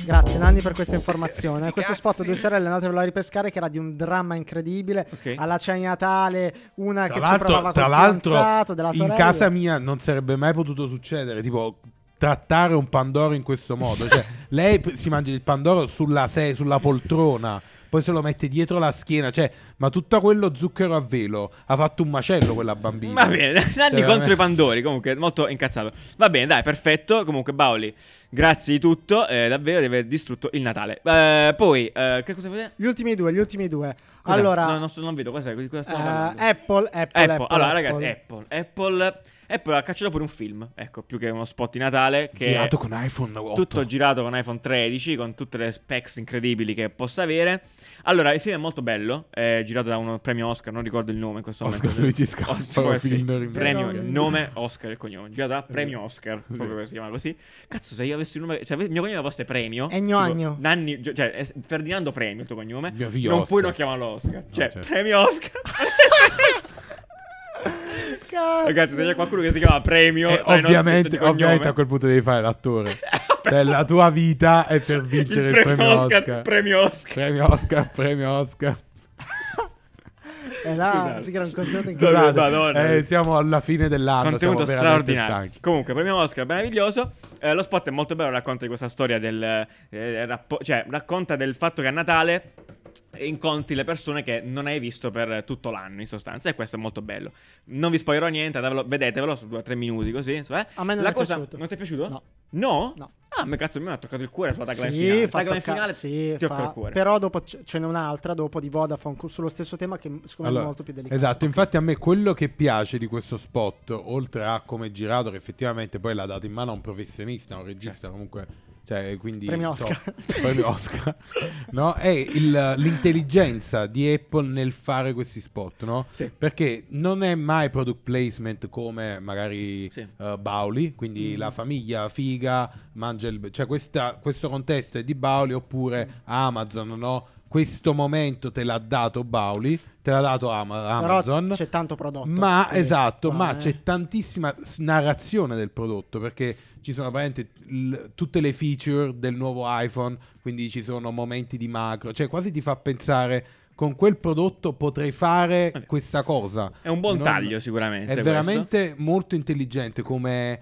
A: Grazie Nanni per
B: Oh,
A: questa informazione.
C: Sti
A: questo
C: cazzi.
A: spot due sorelle andatevelo a ripescare che era di un dramma incredibile.
B: Ok.
A: Alla cena di Natale, una
C: Tra
A: che
C: l'altro,
A: ci
C: tra
A: provava col
C: l'altro,
A: fidanzato della
C: in
A: sorella.
C: casa mia non sarebbe mai potuto succedere. Tipo, trattare un Pandoro in questo modo. Cioè, lei p- si mangia il Pandoro sulla, se- sulla poltrona. Poi se lo mette dietro la schiena, cioè, ma tutto quello zucchero a velo ha fatto un macello quella bambina.
B: Va bene,
C: Cioè,
B: Nanni contro
C: veramente.
B: i Pandori, comunque molto incazzato. Va bene, dai, perfetto. Comunque Bauli, grazie di tutto, eh, davvero di aver distrutto il Natale. Eh, poi, eh, che cosa vedete?
A: Gli ultimi due, gli ultimi due. Allora,
B: no, non, so- non vedo cos'è, di cosa stiamo
A: eh,
B: parlando?
A: Apple, Apple,
B: Apple.
A: Apple,
B: Allora,
A: Apple.
B: ragazzi, eh. Apple, Apple, Apple ha cacciato fuori un film, ecco, più che uno spot di Natale che
C: Girato con iPhone 8.
B: tutto girato con iPhone 13 con tutte le specs incredibili che possa avere. Allora, il film è molto bello, è girato da un premio Oscar, non ricordo il nome in questo
C: Oscar
B: momento.
C: Luigi Scarpa,
B: Oscar, sì.
C: film in
B: premio,
A: Oscar.
B: nome Oscar il cognome, girato da premio Oscar, proprio come si chiama così. Cazzo, se io avessi il nome, cioè il mio cognome fosse premio,
A: Ennio
B: tipo,
A: Agno.
B: Nanni, gio- cioè eh, Ferdinando Premio il tuo cognome,
C: Mio figlio
B: non puoi
C: Oscar.
B: non chiamarlo Oscar, cioè
C: certo.
B: premio Oscar.
A: Cazzo.
B: Ragazzi, se c'è qualcuno che si chiama premio,
C: E
B: tra i nostri- di
C: Eh, ovviamente,
B: cognome,
C: ovviamente a quel punto devi fare l'attore. Cioè, la tua vita è per vincere il premio, Oscar,
B: Premio Oscar.
C: Premio Oscar, premio Oscar.
A: E Eh, là,
B: Scusate.
A: si crea un contenuto in
B: Dove-
A: casa.
C: Scusate,
B: Madonna.
C: eh, siamo alla fine dell'anno.
B: Contenuto
C: siamo veramente
B: straordinario.
C: stanchi.
B: Comunque, premio Oscar, meraviglioso. Eh, lo spot è molto bello, racconta di questa storia del... eh, rappo- cioè, racconta del fatto che a Natale incontri le persone che non hai visto per tutto l'anno, in sostanza. E questo è molto bello. Non vi spoilerò niente, andatevelo- vedetevelo, sono due o tre minuti così. insomma, eh.
A: A me non
B: La
A: è
B: cosa-
A: piaciuto.
B: non ti è piaciuto?
A: No.
B: No?
A: No.
B: Ah, ma cazzo, mi ha toccato il cuore sulla tagline
A: Sì,
B: finale. La
A: fa
B: tagline
A: tocca-
B: finale
A: sì,
B: ti tocca
A: fa-
B: il cuore.
A: Però dopo c- ce n'è un'altra dopo di Vodafone cu- sullo stesso tema che secondo me
C: Allora,
A: è molto più delicato.
C: Esatto, infatti a me quello che piace di questo spot, oltre a come è girato, che effettivamente poi l'ha dato in mano a un professionista, a un regista comunque, cioè, quindi,
A: Certo. Premio
C: so,
A: Oscar.
C: premio Oscar, no? È il- l'intelligenza di Apple nel fare questi spot, no?
B: Sì.
C: Perché non è mai product placement come magari
B: Sì.
C: eh, Bauli,
A: Mm.
C: quindi la famiglia figa mangia il... Cioè questa- questo contesto è di Bauli
A: Mm.
C: oppure Amazon, no? Questo momento te l'ha dato Bauli, te l'ha dato Ama-
A: Però
C: Amazon.
A: c'è tanto prodotto.
C: Ma
A: Quindi,
C: esatto,
A: qua,
C: ma
A: eh.
C: c'è tantissima s- narrazione del prodotto perché ci sono veramente l- tutte le feature del nuovo iPhone, quindi ci sono momenti di macro, cioè quasi ti fa pensare con quel prodotto potrei fare
B: Vabbè.
C: questa cosa.
B: Eh. È un buon
C: Non-
B: taglio sicuramente.
C: È
B: questo.
C: veramente molto intelligente come,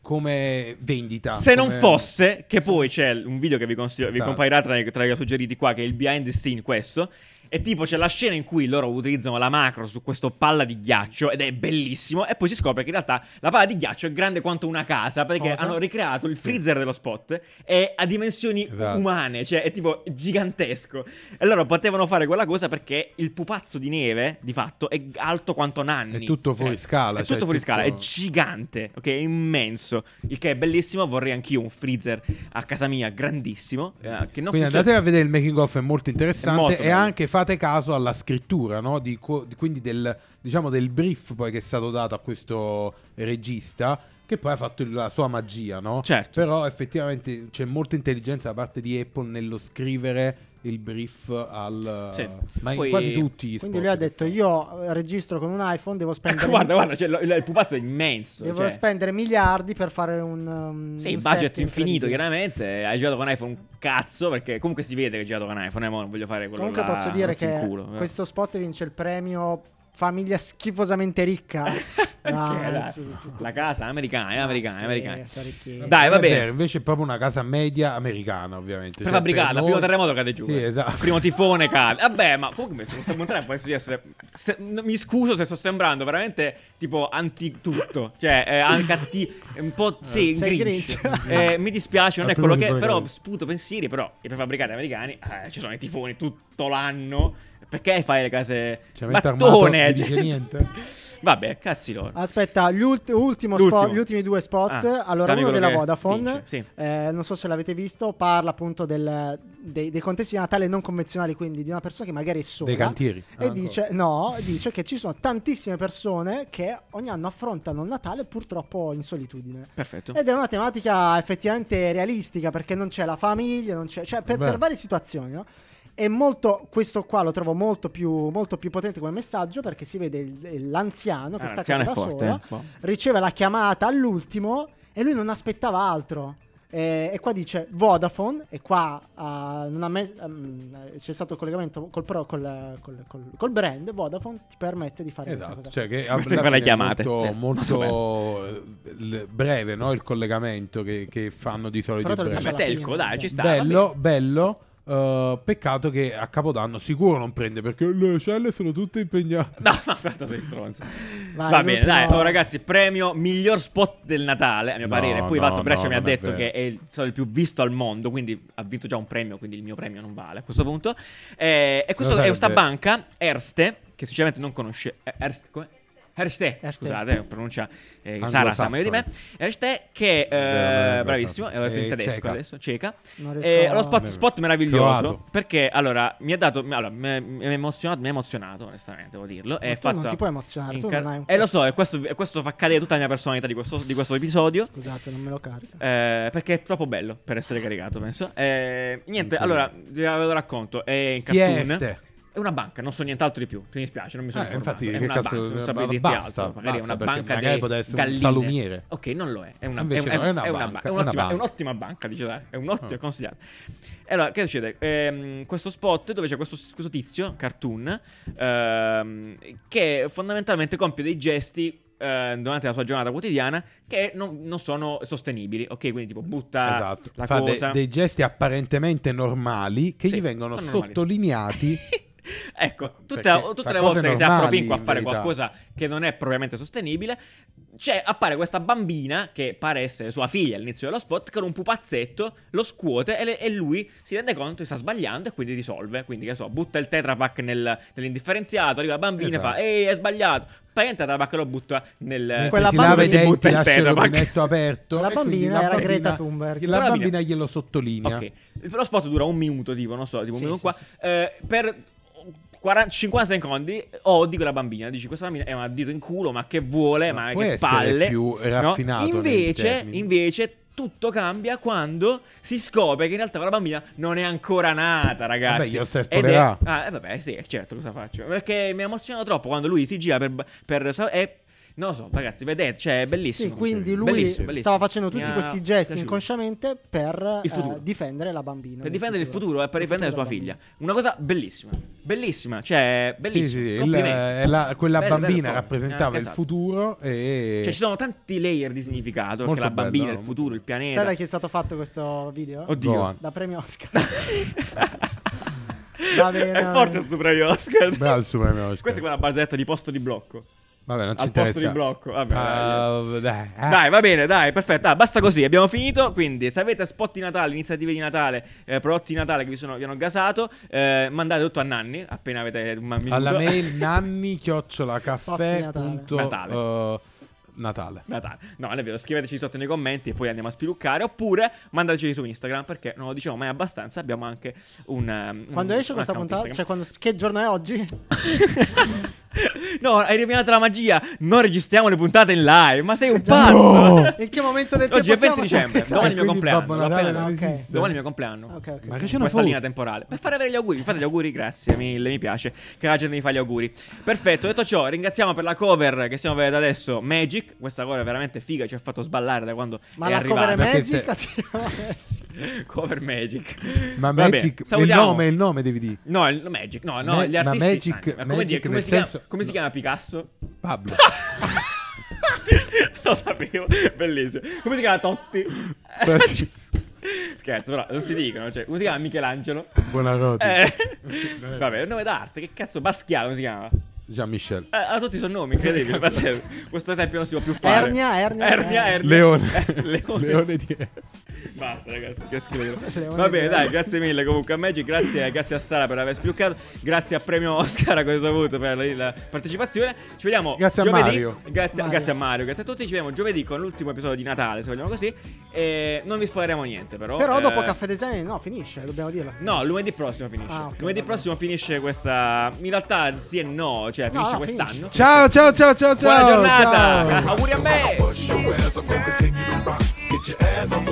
C: come vendita.
B: Se non
C: come-
B: fosse che poi c'è un video che vi, consiglio, vi
C: Esatto.
B: comparirà tra, i- tra i suggeriti qua, che è il behind the scene questo. E tipo c'è la scena in cui loro utilizzano la macro su questo palla di ghiaccio ed è bellissimo e poi si scopre che in realtà la palla di ghiaccio è grande quanto una casa perché
A: Cosa?
B: hanno ricreato il freezer dello spot e ha dimensioni
C: Esatto.
B: umane, cioè è tipo gigantesco. E loro potevano fare quella cosa perché il pupazzo di neve di fatto è alto quanto Nanni.
C: È tutto fuori scala,
B: È
C: cioè,
B: tutto fuori
C: tutto-
B: scala, è gigante, ok? È immenso. Il che è bellissimo. Vorrei anch'io un freezer a casa mia, grandissimo. eh, che non
C: Quindi
B: funziona-
C: andate a vedere il making of, è molto
B: È
C: interessante.
B: molto
C: e
B: bello.
C: anche fate caso alla scrittura, no? Di co- di- quindi del, diciamo del brief poi che è stato dato a questo regista, che poi ha fatto la sua magia, no?
B: Certo.
C: Però effettivamente c'è molta intelligenza da parte di Apple nello scrivere il brief al...
B: Sì.
C: Ma in
B: Poi-
C: quasi tutti gli
A: Quindi
C: spot
A: lui ha
C: che
A: detto
C: fa.
A: io eh, registro con un iPhone, devo spendere
B: guarda, guarda, cioè, lo- il, il pupazzo è immenso.
A: devo
B: cioè.
A: spendere miliardi per fare un um,
B: Sì,
A: un
B: il budget
A: set
B: infinito,
A: incredibile.
B: chiaramente. Hai girato con iPhone un cazzo. Perché comunque si vede che hai girato con iPhone. Eh, mo non voglio fare quello
A: Comunque
B: là,
A: posso dire
B: rotto in
A: che
B: culo, eh.
A: questo spot vince il premio famiglia schifosamente ricca.
B: Perché la, la casa americana, eh,
A: Ah,
B: americana, americana.
A: americana.
B: Dai, va
C: È
B: bene.
C: vero, invece è proprio una casa media americana, ovviamente. Cioè,
B: Prefabbricata,
C: per
B: primo
C: noi-
B: terremoto cade giù.
C: Sì,
B: eh.
C: esatto.
B: Primo tifone cade. Vabbè, ma comunque questo- questa montagna può di essere. se- no, mi scuso se sto sembrando veramente tipo anti tutto. Cioè, eh, anche anti. Un po'.
C: Eh,
B: Sì,
A: Sei
B: Grinch.
A: Grinch.
B: Eh, mi dispiace, non
C: Al
B: è quello
C: primo
B: che.
C: tifone
B: Però
C: cade.
B: sputo pensieri. Però i prefabbricati americani eh, ci sono i tifoni tutto l'anno. Perché fai le case
C: Cioè, avete armato,
B: mattone?
C: non dice
B: gente?
C: niente?
B: Vabbè, cazzi loro.
A: Aspetta, gli, ult- ultimo
B: L'ultimo.
A: spot- gli ultimi due spot.
B: Ah,
A: allora,
B: dammi
A: uno
B: quello
A: della
B: che
A: Vodafone,
B: vince, sì.
A: eh, non so se l'avete visto, parla appunto del- dei, dei contesti di Natale non convenzionali, quindi di una persona che magari è sola.
C: Dei cantieri.
A: E
C: Ah,
A: dice, no, dice che ci sono tantissime persone che ogni anno affrontano il Natale purtroppo in solitudine.
B: Perfetto.
A: Ed è una tematica effettivamente realistica perché non c'è la famiglia, non c'è, cioè per,
C: Beh.
A: per varie situazioni, no? È molto, questo qua lo trovo molto più, molto più potente come messancino perché si vede il- il- l'anziano che
B: Ah,
A: sta a
B: l'anziano
A: casa
B: è
A: da
B: forte.
A: sola,
B: eh. Boh.
A: riceve la chiamata all'ultimo e lui non aspettava altro. Eh, E, qua dice Vodafone, e qua ah, non ha mes- ehm, c'è stato il collegamento col, pro- col, col- col- col brand. Vodafone ti permette di fare
C: Esatto,
A: questa cosa.
C: cioè che
B: Queste qua
C: alla
B: le
C: fine è
B: chiamate. Eh,
C: molto,
B: non so
C: molto eh, l- breve no? il collegamento che, che fanno di solito
A: Però te
C: i
A: lo
C: brand.
A: dice
B: Vabbè,
A: alla
B: telco,
A: fine,
B: dai,
A: vabbè.
B: ci sta. va
C: bello, bello. eh, peccato che a Capodanno sicuro non prende perché le celle sono tutte impegnate.
B: bene. No, ma quanto sei stronzo.
A: Vai,
B: Va bene,
A: l'ultimo-
B: dai, oh, ragazzi, premio miglior spot del Natale, a mio
C: No,
B: parere. Poi
C: no,
B: Vatto Breccia
C: no,
B: mi ha
C: non è
B: detto
C: vero.
B: che è il, stato il più visto al mondo, quindi ha vinto già un premio, quindi il mio premio non vale a questo punto. Eh, e
C: Se
B: questa
C: lo
B: è questa
C: sarebbe-
B: banca, Erste, che sinceramente non conosce... eh, Erste, come? Erste,
A: Erste.
B: scusate, pronuncia eh, Sara sa
C: Anglosassone.
B: meglio di me. Erste che, eh,
C: Vero, vero,
B: bravissimo, è in
C: eh,
B: tedesco
C: ceca.
B: adesso, ceca.
A: Non riesco
B: Eh,
A: a-
B: lo spot,
C: Vabbè.
B: spot meraviglioso
C: Croato.
B: perché allora mi ha dato allora, mi ha mi ha emozionato mi ha emozionato onestamente devo dirlo
A: Ma
B: è
A: tu non ti puoi emozionare, tu non hai un-
B: e Eh, lo so e questo, e questo fa cadere tutta la mia personalità di questo, di questo episodio
A: Scusate, non me lo carico.
B: eh, perché è troppo bello per essere caricato penso Eh, niente
C: Incredibile.
B: allora ve lo racconto è in
C: Chi è
B: cartoon
C: Este?
B: è una banca, non so nient'altro di più. Mi dispiace, non mi sono
C: Eh,
B: informato.
C: infatti,
B: è
C: che
B: una
C: cazzo-
B: banca, non saprei
C: ma
B: dirti
C: basta,
B: altro. Magari è
C: basta,
B: una
C: perché
B: banca
C: magari
B: dei
C: poteva essere un
B: galline.
C: salumiere.
B: Ok, non lo è. È una, è,
C: Invece no, è una
B: è è
C: banca, è una
B: un'ottima, è
C: banca.
B: un'ottima banca, diceva. È un'ottima,
C: Ah.
B: consigliata. E allora, che succede? Ehm, questo spot dove c'è questo, questo tizio, cartoon, ehm, che fondamentalmente compie dei gesti eh, durante la sua giornata quotidiana che non, non sono sostenibili, ok? Quindi tipo Oh, butta
C: Esatto.
B: la
C: Fa de-
B: cosa...
C: dei gesti apparentemente normali che
B: Sì,
C: gli vengono
B: sono normali.
C: sottolineati.
B: Ecco, tutte,
C: Perché fa
B: tutte le
C: cose
B: volte che si
C: normali,
B: appropinqua a
C: in
B: fare
C: verità.
B: qualcosa che non è propriamente sostenibile, c'è, appare questa bambina che pare essere sua figlia all'inizio dello spot con un pupazzetto, lo scuote e, le- e lui si rende conto che sta sbagliando e quindi risolve. Quindi, che so, butta il tetrapack nel, nell'indifferenziato, arriva la bambina e fa
C: Esatto.
B: ehi, è sbagliato. Prende il tetrapack e lo butta nel...
A: Quella
C: Quella si lava
A: bambina-
C: i
B: Eh, si butta
C: denti,
B: il
C: lascia il
B: Tetrapack.
C: rubinetto aperto.
A: La
C: e quindi
A: bambina era
C: bambina-
A: Greta Thunberg.
C: La
B: La bambina-
C: bambina glielo sottolinea.
B: Ok, lo spot dura un minuto, tipo, non so, tipo
A: Sì,
B: un minuto
A: sì,
B: qua.
A: sì, sì.
B: Eh, per 40 50 secondi odi quella bambina. Dici, questa bambina è una dito in culo, ma che vuole, ma,
C: può
B: che
C: essere
B: palle.
C: più raffinato nei
B: Invece,
C: termini.
B: invece, tutto cambia quando si scopre che in realtà la bambina non è ancora nata, ragazzi.
C: Vabbè, glielo
B: Ed è-
C: spoilerà.
B: Ah, eh, vabbè, sì, certo, cosa faccio? Perché mi emoziona troppo quando lui si gira per... per e- non lo so, ragazzi, vedete, cioè, è bellissimo.
A: Sì, quindi lui
B: Bellissimo, bellissimo.
A: stava facendo tutti
B: Mi ha
A: questi gesti
B: piaciuto.
A: inconsciamente per
B: Il futuro.
A: eh, difendere la bambina.
B: Per
A: nel
B: difendere il futuro e per
A: Il
B: difendere sua
A: della
B: figlia.
A: bambina.
B: Una cosa bellissima. Bellissima. Cioè,
C: Sì, sì,
B: bellissima.
C: il-
B: Complimenti.
C: eh, la- quella
B: Bello,
C: bambina
B: bello,
C: rappresentava
B: eh,
C: il
B: esatto.
C: futuro e...
B: Cioè, ci sono tanti layer di significato. Perché
C: Molto
B: la
C: bello,
B: bambina,
C: no?
B: il futuro, il pianeta.
A: Sai da chi è stato fatto questo video?
B: Oddio.
C: Gohan.
A: Da premio Oscar. Va bene.
B: È forte sto premio Oscar.
C: Bravo il Super Mario Oscar.
B: Questa è quella barzetta di posto di blocco.
C: Vabbè, non ci
B: Al posto
C: interessa.
B: di blocco. Vabbè, dai.
C: Ah, dai, eh.
B: Dai, va bene, dai, perfetto. Ah, basta così, abbiamo finito. Quindi, se avete spot di Natale, iniziative di Natale, eh, prodotti di Natale che vi, sono, vi hanno gasato, eh, mandate tutto a Nanni appena avete un minuto.
C: Alla mail nanni chiocciola
A: Spot
C: caffè
A: di Natale.
C: punto,
B: Natale.
C: eh, Natale.
B: Natale. No, non è vero, scriveteci sotto nei commenti e poi andiamo a spiluccare. Oppure mandateci su Instagram perché non lo diciamo mai abbastanza. Abbiamo anche un. um,
A: Quando
B: un-
A: esce
B: un
A: questa
B: account
A: puntata? Cioè,
B: Instagram.
A: quando- che giorno è oggi?
B: no, hai rovinato la magia. Non registriamo le puntate in live. Ma sei un
A: Già-
B: pazzo.
C: No!
A: In che momento del
B: Oggi
A: tempo
B: è 20
A: siamo?
B: dicembre. Domani è il mio
C: Quindi
B: compleanno.
C: Babbo
B: l'ho
C: Natale
B: appena-
C: non
A: ok.
C: esiste.
B: Domani è il mio compleanno.
A: Ok, ok.
C: Ma che c'è una
B: Questa linea
C: foto?
B: temporale per fare avere gli auguri, fate gli auguri, grazie mille, mi piace che la gente mi fa gli auguri. Perfetto, detto ciò, ringraziamo per la cover che stiamo vedendo adesso Magic. Questa cover è veramente figa, ci ha fatto sballare da quando
A: Ma
B: è
A: la
B: arrivata.
A: cover è
C: Perché
A: magica?
C: te-
A: Sì, no, magic.
B: Cover Magic.
C: Ma
B: Va bene,
C: Magic, il
B: salutiamo.
C: nome, il nome devi dire.
B: No, il Magic, no, no,
C: Ma-
B: gli
C: ma
B: artisti.
C: Magic-
B: Ah, come,
C: Magic
B: dire, come
C: nel
B: si chiama,
C: senso-
B: come si
C: no.
B: chiama Picasso?
C: Pablo.
B: Lo sapevo, bellissimo. Come si chiama Totti?
C: Totti.
B: Scherzo, però non si dicono, cioè, come si chiama Michelangelo?
C: Buonanotte.
B: Eh, vabbè, il nome d'arte, che cazzo, Baschiavo come si chiama?
C: Jean-Michel.
B: Eh, ha tutti i soprannomi, incredibile. pazzesco. Questo esempio non si può più fare.
A: Ernia, Ernia.
B: Ernia, Ernia.
C: Leone.
B: Eh, Leone.
C: Leone di...
B: Basta, ragazzi, che
A: Ce
B: schifo.
A: ne vuole
B: Va bene,
A: dire.
B: dai, grazie mille comunque a Magic, grazie, grazie a Sara per aver spiegato, grazie a Premio Oscar a questo punto per la, la partecipazione. Ci vediamo
C: Grazie a
B: giovedì.
C: Mario.
B: Grazie,
A: Mario.
B: grazie a Mario, grazie a tutti. Ci vediamo giovedì con l'ultimo episodio di Natale, se vogliamo così. E non vi spoileremo niente, però.
A: Però dopo
B: eh,
A: Caffè Design, no, finisce, dobbiamo dirlo.
B: No, lunedì prossimo finisce.
A: Ah, ok,
B: lunedì
A: vabbè.
B: prossimo finisce questa. In realtà sì e no, cioè
A: No,
B: finisce
A: no,
B: quest'anno.
A: finisce.
C: Ciao, ciao, ciao, ciao, ciao.
B: Buona giornata!
C: ciao.
B: Auguri a me!
D: Bust your ass, I'm gonna continue to rock. Get your ass on the